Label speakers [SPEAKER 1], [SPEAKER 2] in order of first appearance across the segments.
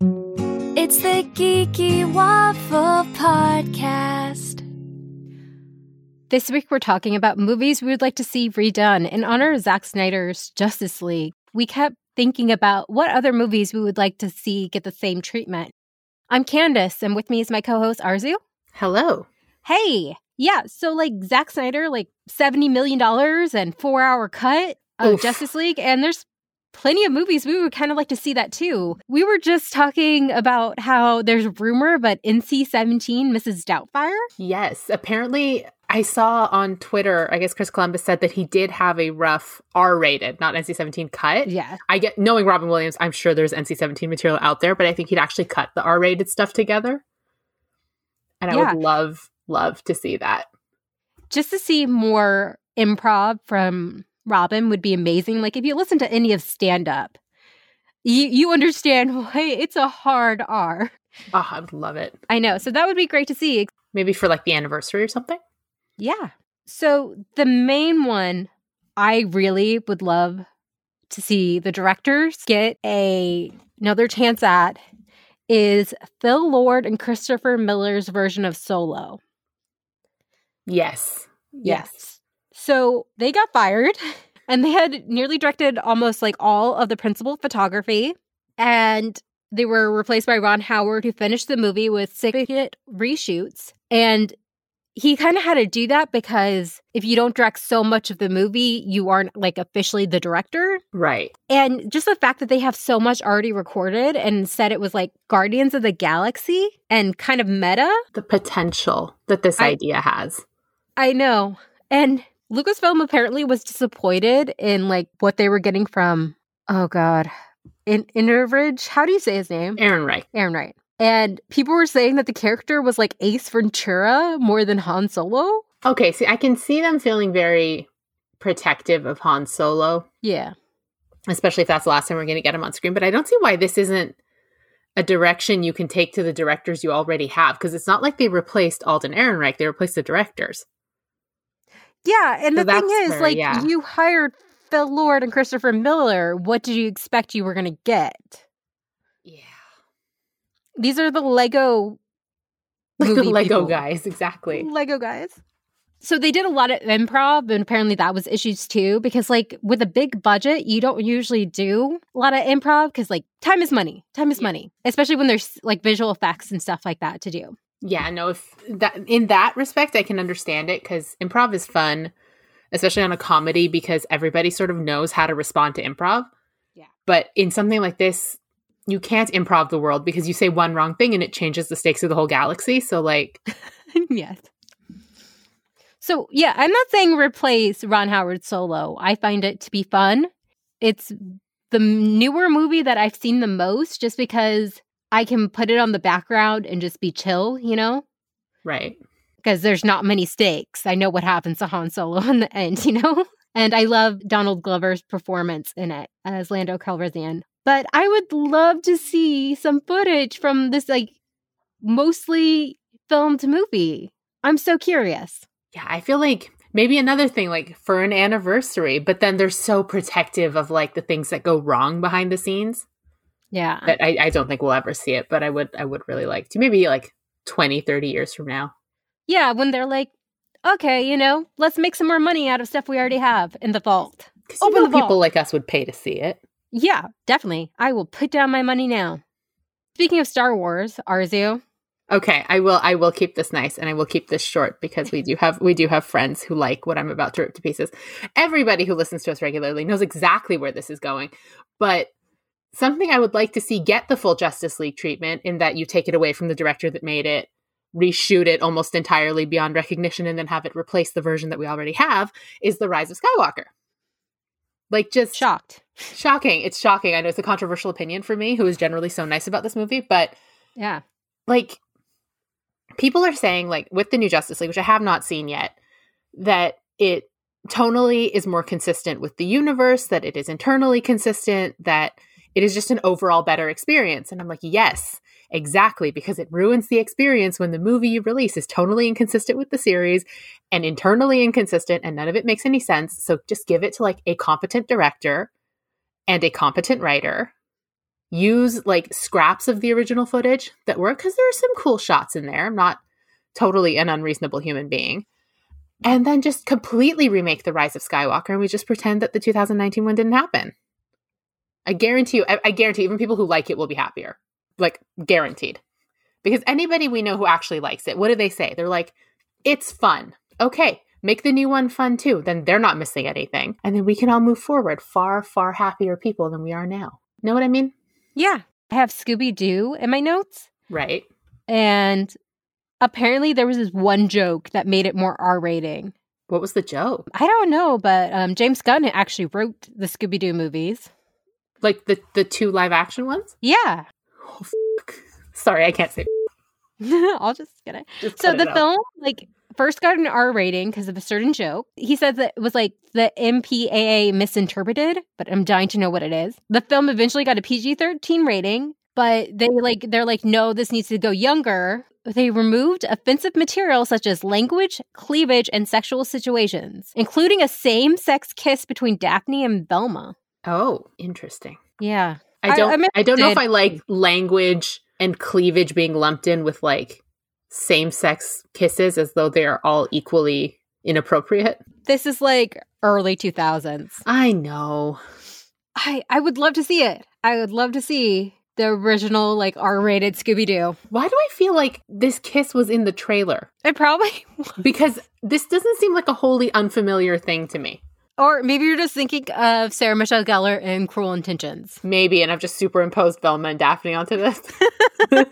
[SPEAKER 1] It's the Geeky Waffle Podcast.
[SPEAKER 2] This week, we're talking about movies we would like to see redone. In honor of Zack Snyder's Justice League, we kept thinking about what other movies we would like to see get the same treatment. I'm Candace, and with me is my co host, Arzu.
[SPEAKER 3] Hello.
[SPEAKER 2] Hey, yeah, so like Zack Snyder, like $70 million and four hour cut of
[SPEAKER 3] Oof.
[SPEAKER 2] Justice League, and there's plenty of movies we would kind of like to see that too. We were just talking about how there's rumor, but NC 17, Mrs. Doubtfire.
[SPEAKER 3] Yes, apparently I saw on Twitter, I guess Chris Columbus said that he did have a rough R-rated, not NC-17 cut.
[SPEAKER 2] Yeah,
[SPEAKER 3] I get knowing Robin Williams, I'm sure there's NC-17 material out there, but I think he'd actually cut the R-rated stuff together. And I
[SPEAKER 2] Yeah.
[SPEAKER 3] would love love to see that.
[SPEAKER 2] just to see more improv from Robin would be amazing. Like if you listen to any of stand up, you you understand why it's a hard R.
[SPEAKER 3] Oh, I would love it.
[SPEAKER 2] I know. So that would be great to see.
[SPEAKER 3] Maybe for like the anniversary or something.
[SPEAKER 2] Yeah. So the main one I really would love to see the directors get a another chance at is Phil Lord and Christopher Miller's version of Solo.
[SPEAKER 3] Yes.
[SPEAKER 2] Yes. So they got fired and they had nearly directed almost like all of the principal photography. And they were replaced by Ron Howard, who finished the movie with significant reshoots. And he kind of had to do that because if you don't direct so much of the movie, you aren't like officially the director.
[SPEAKER 3] Right.
[SPEAKER 2] And just the fact that they have so much already recorded and said it was like Guardians of the Galaxy and kind of meta.
[SPEAKER 3] The potential that this
[SPEAKER 2] I-
[SPEAKER 3] idea has.
[SPEAKER 2] I know. And Lucasfilm apparently was disappointed in like what they were getting from oh god. In Inveridge, how do you say his name?
[SPEAKER 3] Aaron Reich.
[SPEAKER 2] Aaron Wright. And people were saying that the character was like Ace Ventura more than Han Solo.
[SPEAKER 3] Okay, see I can see them feeling very protective of Han Solo
[SPEAKER 2] Yeah.
[SPEAKER 3] especially if that's the last time we're going to get him on screen. But I don't see why this isn't a direction you can take to the directors you already have because it's not like they replaced Alden Ehrenreich; they replaced the directors.
[SPEAKER 2] Yeah, and
[SPEAKER 3] So
[SPEAKER 2] the thing
[SPEAKER 3] that's
[SPEAKER 2] is
[SPEAKER 3] where-
[SPEAKER 2] like
[SPEAKER 3] yeah.
[SPEAKER 2] you hired Phil Lord and Christopher Miller. What did you expect you were going to get?
[SPEAKER 3] Yeah,
[SPEAKER 2] These are the Lego
[SPEAKER 3] like the
[SPEAKER 2] movie
[SPEAKER 3] Lego
[SPEAKER 2] people.
[SPEAKER 3] guys, exactly.
[SPEAKER 2] Lego guys. So they did a lot of improv, and apparently that was issues too. Because like with a big budget, you don't usually do a lot of improv because like time is money. Time is
[SPEAKER 3] Yeah.
[SPEAKER 2] money, especially when there's like visual effects and stuff like that to do.
[SPEAKER 3] Yeah, no, if that in that respect, I can understand it because improv is fun, especially on a comedy because everybody sort of knows how to respond to improv.
[SPEAKER 2] Yeah.
[SPEAKER 3] but in something like this. You can't improv the world because you say one wrong thing and it changes the stakes of the whole galaxy. So, like,
[SPEAKER 2] yes. So yeah, I'm not saying replace Ron Howard solo. I find it to be fun. It's the newer movie that I've seen the most, just because I can put it on the background and just be chill. You know.
[SPEAKER 3] right.
[SPEAKER 2] because there's not many stakes. I know what happens to Han Solo in the end, you know? And I love Donald Glover's performance in it as Lando Calrissian. But I would love to see some footage from this, like, mostly filmed movie. I'm so curious.
[SPEAKER 3] Yeah, I feel like maybe another thing like for an anniversary, but then they're so protective of like the things that go wrong behind the scenes
[SPEAKER 2] Yeah.
[SPEAKER 3] that I, I don't think we'll ever see it, but I would I would really like to maybe like 20, 30 years from now.
[SPEAKER 2] Yeah, when they're like, okay, you know, let's make some more money out of stuff we already have in the vault.
[SPEAKER 3] Because you
[SPEAKER 2] Open
[SPEAKER 3] know
[SPEAKER 2] the vault.
[SPEAKER 3] people like us would pay to see it.
[SPEAKER 2] Yeah, definitely. I will put down my money now. Speaking of Star Wars, Arzu,
[SPEAKER 3] Okay, I will I will keep this nice and I will keep this short because we do have we do have friends who like what I'm about to rip to pieces. Everybody who listens to us regularly knows exactly where this is going. But something I would like to see get the full Justice League treatment in that you take it away from the director that made it, reshoot it almost entirely beyond recognition and then have it replace the version that we already have is The Rise of Skywalker. Like just
[SPEAKER 2] shocked.
[SPEAKER 3] shocking. It's shocking. I know it's a controversial opinion for me who is generally so nice about this movie, but
[SPEAKER 2] Yeah.
[SPEAKER 3] like people are saying like with the new justice league which i have not seen yet that it tonally is more consistent with the universe that it is internally consistent that it is just an overall better experience and i'm like yes exactly because it ruins the experience when the movie you release is tonally inconsistent with the series and internally inconsistent and none of it makes any sense so just give it to like a competent director and a competent writer use like scraps of the original footage that were because there are some cool shots in there. I'm not totally an unreasonable human being. And then just completely remake The Rise of Skywalker and we just pretend that the 2019 one didn't happen. I guarantee you, I, I guarantee even people who like it will be happier. Like, guaranteed. Because anybody we know who actually likes it, what do they say? They're like, it's fun. Okay, make the new one fun too. Then they're not missing anything. And then we can all move forward far, far happier people than we are now. Know what I mean?
[SPEAKER 2] Yeah. I have Scooby Doo in my notes.
[SPEAKER 3] Right.
[SPEAKER 2] And apparently there was this one joke that made it more R rating.
[SPEAKER 3] What was the joke?
[SPEAKER 2] I don't know, but um, James Gunn actually wrote the Scooby Doo movies.
[SPEAKER 3] Like the, the two live action ones?
[SPEAKER 2] Yeah.
[SPEAKER 3] Oh, f- Sorry, I can't say. f-
[SPEAKER 2] I'll just get it.
[SPEAKER 3] Just
[SPEAKER 2] So
[SPEAKER 3] cut
[SPEAKER 2] the
[SPEAKER 3] it out.
[SPEAKER 2] film, like, first got an R rating because of a certain joke. He says that it was like the MPAA misinterpreted, but I'm dying to know what it is. The film eventually got a PG 13 rating, but they like, they're like, no, this needs to go younger. They removed offensive material such as language, cleavage, and sexual situations, including a same sex kiss between Daphne and Velma.
[SPEAKER 3] Oh, interesting.
[SPEAKER 2] Yeah.
[SPEAKER 3] I
[SPEAKER 2] I-
[SPEAKER 3] don't.
[SPEAKER 2] I'm
[SPEAKER 3] I, don't know if
[SPEAKER 2] interested.
[SPEAKER 3] I like language and cleavage being lumped in with like same sex kisses as though they are all equally inappropriate.
[SPEAKER 2] This is like early 2000s.
[SPEAKER 3] I know.
[SPEAKER 2] I I would love to see it. I would love to see the original like R-rated Scooby Doo.
[SPEAKER 3] Why do I feel like this kiss was in the trailer?
[SPEAKER 2] It probably
[SPEAKER 3] Because this doesn't seem like a wholly unfamiliar thing to me.
[SPEAKER 2] or maybe you're just thinking of Sarah Michelle Gellar in Cruel Intentions.
[SPEAKER 3] Maybe, and I've just superimposed Velma and Daphne onto this.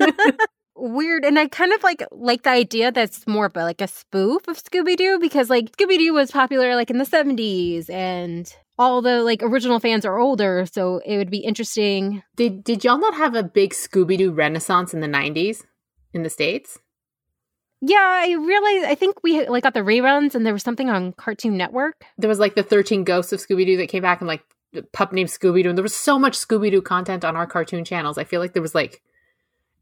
[SPEAKER 2] Weird, and I kind of like like the idea that's more of a, like a spoof of Scooby Doo because like Scooby Doo was popular like in the seventies, and all the like original fans are older, so it would be interesting.
[SPEAKER 3] did Did y'all not have a big Scooby Doo renaissance in the '90s in the states?
[SPEAKER 2] Yeah, I realize I think we like got the reruns, and there was something on Cartoon Network.
[SPEAKER 3] there was like the 13 ghosts of scooby-doo that came back and like the pup named scooby-doo and there was so much scooby-doo content on our cartoon channels i feel like there was like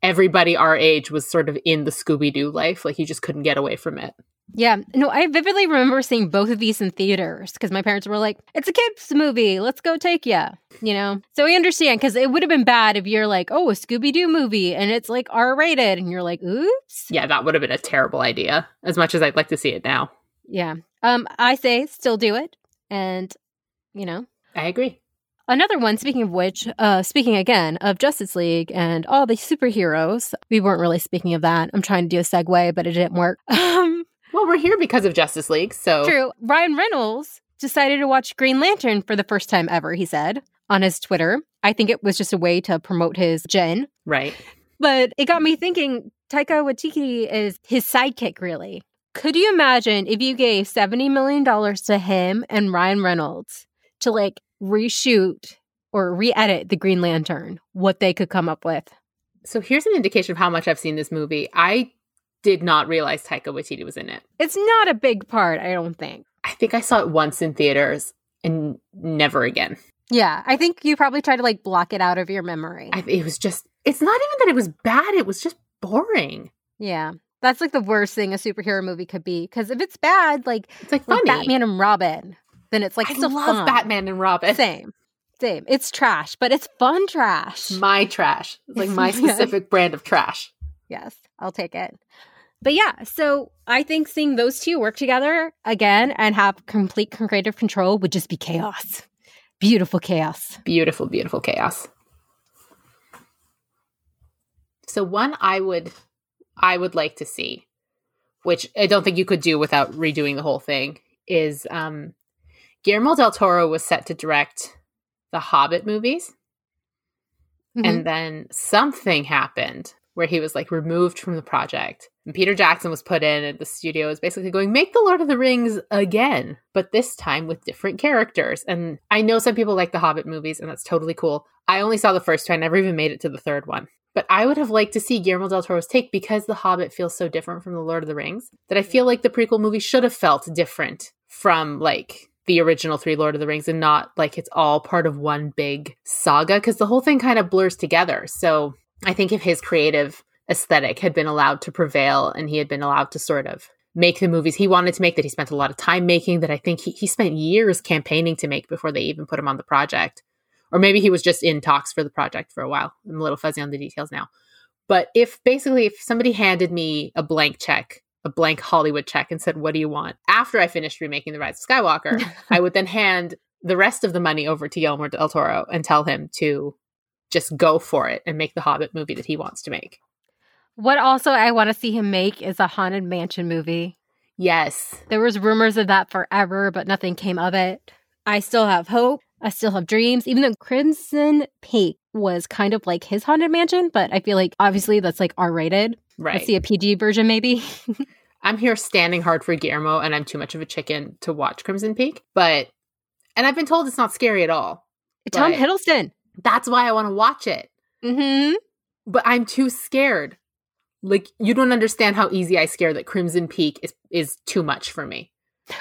[SPEAKER 3] everybody our age was sort of in the scooby-doo life like you just couldn't get away from it
[SPEAKER 2] Yeah, no, I vividly remember seeing both of these in theaters because my parents were like, "It's a kids' movie, let's go take ya," you know. So I understand because it would have been bad if you're like, "Oh, a Scooby Doo movie," and it's like R-rated, and you're like, "Oops."
[SPEAKER 3] yeah that would have been a terrible idea as much as i'd like to see it now
[SPEAKER 2] Yeah. Um, I say still do it, and you know,
[SPEAKER 3] i agree
[SPEAKER 2] Another one, speaking of which, uh, speaking again of Justice League and all the superheroes, we weren't really speaking of that. I'm trying to do a segue, but it didn't work. Um,
[SPEAKER 3] well we're here because of justice league so
[SPEAKER 2] True. Ryan Reynolds decided to watch Green Lantern for the first time ever, he said on his Twitter. I think it was just a way to promote his Jen.
[SPEAKER 3] right
[SPEAKER 2] But it got me thinking Taika Waititi is his sidekick, really. Could you imagine if you gave $70 million to him and Ryan Reynolds to like reshoot or re edit the Green Lantern, what they could come up with?
[SPEAKER 3] so here's an indication of how much i've seen this movie i did not realize taika waititi was in it
[SPEAKER 2] It's not a big part, I don't think.
[SPEAKER 3] i think i saw it once in theaters and never again
[SPEAKER 2] Yeah, I think you probably try to like block it out of your memory.
[SPEAKER 3] I, it was just it's not even that it was bad it was just boring
[SPEAKER 2] Yeah. That's like the worst thing a superhero movie could be. Because if it's bad, like,
[SPEAKER 3] it's like funny
[SPEAKER 2] like Batman and Robin, then it's like
[SPEAKER 3] i
[SPEAKER 2] still
[SPEAKER 3] love
[SPEAKER 2] fun.
[SPEAKER 3] batman and robin
[SPEAKER 2] Same. Same. It's trash, but it's fun trash.
[SPEAKER 3] my trash it's like my
[SPEAKER 2] Yeah.
[SPEAKER 3] specific brand of trash
[SPEAKER 2] yes, I'll take it. But yeah, so I think seeing those two work together again and have complete creative control would just be chaos. Beautiful chaos.
[SPEAKER 3] beautiful beautiful chaos so one i would i would like to see which i don't think you could do without redoing the whole thing is um guillermo del toro was set to direct the hobbit movies
[SPEAKER 2] Mhm.
[SPEAKER 3] and then something happened where he was like removed from the project. And Peter Jackson was put in, and the studio is basically going, make the Lord of the Rings again, but this time with different characters. And I know some people like the Hobbit movies, and that's totally cool. I only saw the first two, I never even made it to the third one. But I would have liked to see Guillermo del Toro's take because The Hobbit feels so different from The Lord of the Rings that I feel like the prequel movie should have felt different from like the original three Lord of the Rings and not like it's all part of one big saga because the whole thing kind of blurs together. So I think if his creative aesthetic had been allowed to prevail and he had been allowed to sort of make the movies he wanted to make that he spent a lot of time making that I think he, he spent years campaigning to make before they even put him on the project Or maybe he was just in talks for the project for a while. I'm a little fuzzy on the details now. But if basically, if somebody handed me a blank check, a blank Hollywood check, and said, What do you want? After I finished remaking The Rise of Skywalker, I would then hand the rest of the money over to Guillermo del Toro and tell him to just go for it and make the Hobbit movie that he wants to make.
[SPEAKER 2] What also I want to see him make is a haunted mansion movie.
[SPEAKER 3] Yes.
[SPEAKER 2] There was rumors of that forever, but nothing came of it. I still have hope. I still have dreams. Even though Crimson Peak was kind of like his haunted mansion, but I feel like obviously that's like R rated.
[SPEAKER 3] Right.
[SPEAKER 2] Let's see a PG version maybe.
[SPEAKER 3] I'm here standing hard for Guillermo and I'm too much of a chicken to watch Crimson Peak, but and I've been told it's not scary at all.
[SPEAKER 2] Tom
[SPEAKER 3] Right.
[SPEAKER 2] Hiddleston.
[SPEAKER 3] That's why I want to watch it.
[SPEAKER 2] Mm-hmm.
[SPEAKER 3] But I'm too scared. Like you don't understand how easy I scare that Crimson Peak is is too much for me.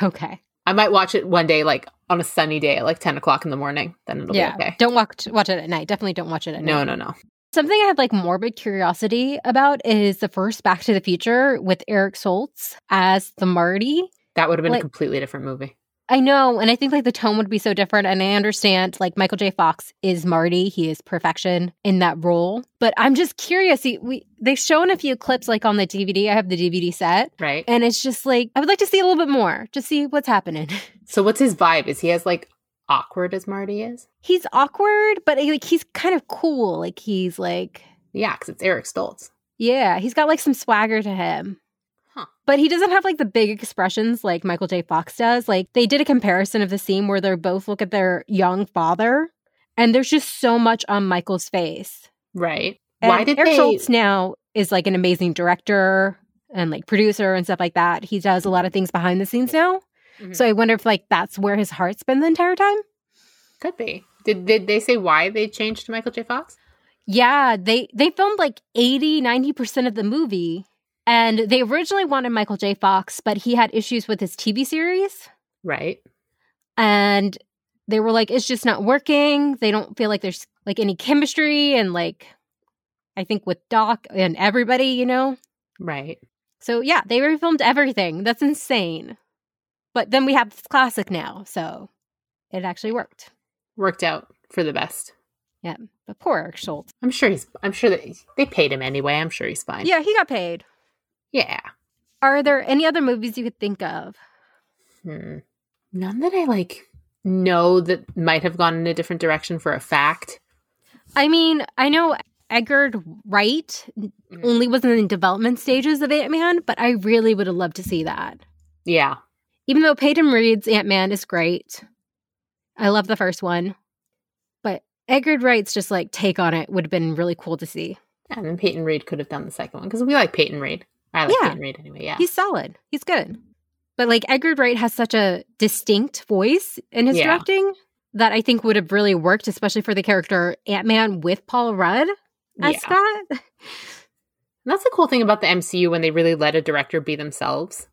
[SPEAKER 2] Okay.
[SPEAKER 3] I might watch it one day, like on a sunny day at like ten o'clock in the morning. Then it'll
[SPEAKER 2] yeah.
[SPEAKER 3] be okay.
[SPEAKER 2] Don't watch watch it at night. Definitely don't watch it at night.
[SPEAKER 3] No, no, no.
[SPEAKER 2] Something I have like morbid curiosity about is the first Back to the Future with Eric Stoltz as the Marty.
[SPEAKER 3] That would have been
[SPEAKER 2] Like-
[SPEAKER 3] a completely different movie.
[SPEAKER 2] I know, and I think like the tone would be so different. And I understand like Michael J. Fox is Marty; he is perfection in that role. But I'm just curious. he- We they've shown a few clips like on the DVD. I have the DVD set,
[SPEAKER 3] Right.
[SPEAKER 2] and it's just like I would like to see a little bit more, just see what's happening.
[SPEAKER 3] So what's his vibe? Is he as like awkward as Marty is?
[SPEAKER 2] He's awkward, but like he's kind of cool. Like he's like
[SPEAKER 3] Yeah, because it's Eric Stoltz.
[SPEAKER 2] Yeah, he's got like some swagger to him.
[SPEAKER 3] Huh.
[SPEAKER 2] But he doesn't have like the big expressions like Michael J. Fox does. Like they did a comparison of the scene where they both look at their young father, and there's just so much on Michael's face.
[SPEAKER 3] Right.
[SPEAKER 2] And
[SPEAKER 3] Why did
[SPEAKER 2] Eric
[SPEAKER 3] they?
[SPEAKER 2] Schultz now is like an amazing director and like producer and stuff like that. He does a lot of things behind the scenes now.
[SPEAKER 3] Mhm.
[SPEAKER 2] So I wonder if like that's where his heart's been the entire time.
[SPEAKER 3] Could be. Did did they say why they changed to Michael J. Fox?
[SPEAKER 2] Yeah, they they filmed like 80, 90% of the movie. And they originally wanted Michael J. Fox, but he had issues with his TV series.
[SPEAKER 3] Right.
[SPEAKER 2] And they were like, it's just not working. They don't feel like there's like any chemistry. And like, I think with Doc and everybody, you know?
[SPEAKER 3] Right.
[SPEAKER 2] So yeah, they refilmed everything. That's insane. But then we have this classic now. So it actually worked.
[SPEAKER 3] Worked out for the best.
[SPEAKER 2] But poor Eric Schultz.
[SPEAKER 3] I'm sure he's. I'm sure that they paid him anyway. I'm sure he's fine.
[SPEAKER 2] Yeah, he got paid.
[SPEAKER 3] Yeah.
[SPEAKER 2] Are there any other movies you could think of?
[SPEAKER 3] Hmm. None that I like know that might have gone in a different direction for a fact.
[SPEAKER 2] I mean, I know Edgar Wright
[SPEAKER 3] Mm.
[SPEAKER 2] only was in the development stages of Ant Man, but I really would have loved to see that.
[SPEAKER 3] Yeah.
[SPEAKER 2] Even though Peyton Reed's Ant Man is great, I love the first one, but Edgar Wright's just like take on it would have been really cool to see.
[SPEAKER 3] And then Peyton Reed could have done the second one because we like Peyton Reed. I like
[SPEAKER 2] Yeah.
[SPEAKER 3] Peyton Reed anyway. Yeah.
[SPEAKER 2] He's solid, he's good. But like Edgar Wright has such a distinct voice in his
[SPEAKER 3] Yeah.
[SPEAKER 2] directing that I think would have really worked, especially for the character Ant Man with Paul Rudd as
[SPEAKER 3] yeah.
[SPEAKER 2] Scott.
[SPEAKER 3] And that's the cool thing about the MCU when they really let a director be themselves.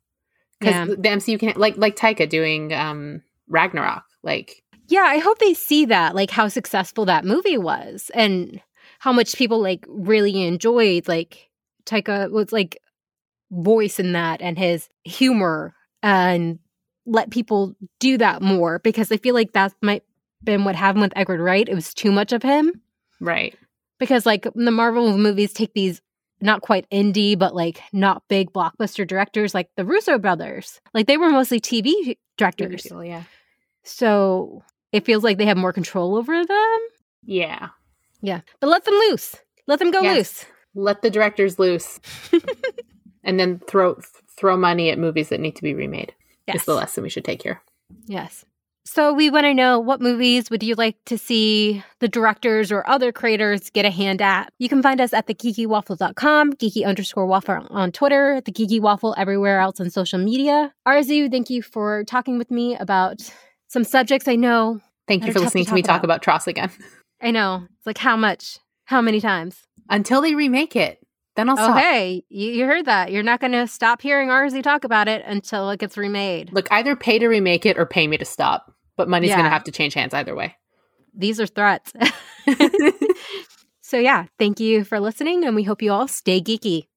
[SPEAKER 3] Because
[SPEAKER 2] Yeah.
[SPEAKER 3] the MCU can like like Taika doing um Ragnarok. Like
[SPEAKER 2] Yeah, I hope they see that, like how successful that movie was and how much people like really enjoyed like Taika was like voice in that and his humor and let people do that more because I feel like that might been what happened with Edward Wright. It was too much of him.
[SPEAKER 3] right.
[SPEAKER 2] Because like the Marvel movies take these not quite indie, but like not big blockbuster directors like the Russo brothers. Like they were mostly TV directors.
[SPEAKER 3] Yeah.
[SPEAKER 2] So it feels like they have more control over them.
[SPEAKER 3] Yeah.
[SPEAKER 2] Yeah. But let them loose. Let them go
[SPEAKER 3] Yes.
[SPEAKER 2] loose.
[SPEAKER 3] Let the directors loose. and then throw throw money at movies that need to be remade.
[SPEAKER 2] Yes.
[SPEAKER 3] Is the lesson we should take here.
[SPEAKER 2] Yes. So we want to know what movies would you like to see the directors or other creators get a hand at? You can find us at thegeekywaffle.com, geeky underscore waffle on Twitter, the geeky waffle everywhere else on social media. Arzu, thank you for talking with me about some subjects I know.
[SPEAKER 3] Thank you
[SPEAKER 2] They're tough
[SPEAKER 3] for
[SPEAKER 2] to
[SPEAKER 3] listening to me
[SPEAKER 2] talk
[SPEAKER 3] talk about Tross again.
[SPEAKER 2] I know. It's like how much? How many times?
[SPEAKER 3] Until they remake it. Then I'll
[SPEAKER 2] Oh,
[SPEAKER 3] stop.
[SPEAKER 2] Okay, you, you heard that. You're not going to stop hearing RZ talk about it until it gets remade.
[SPEAKER 3] Look, either pay to remake it or pay me to stop. But money's
[SPEAKER 2] Yeah.
[SPEAKER 3] gonna have to change hands either way.
[SPEAKER 2] These are threats. so, yeah, thank you for listening, and we hope you all stay geeky.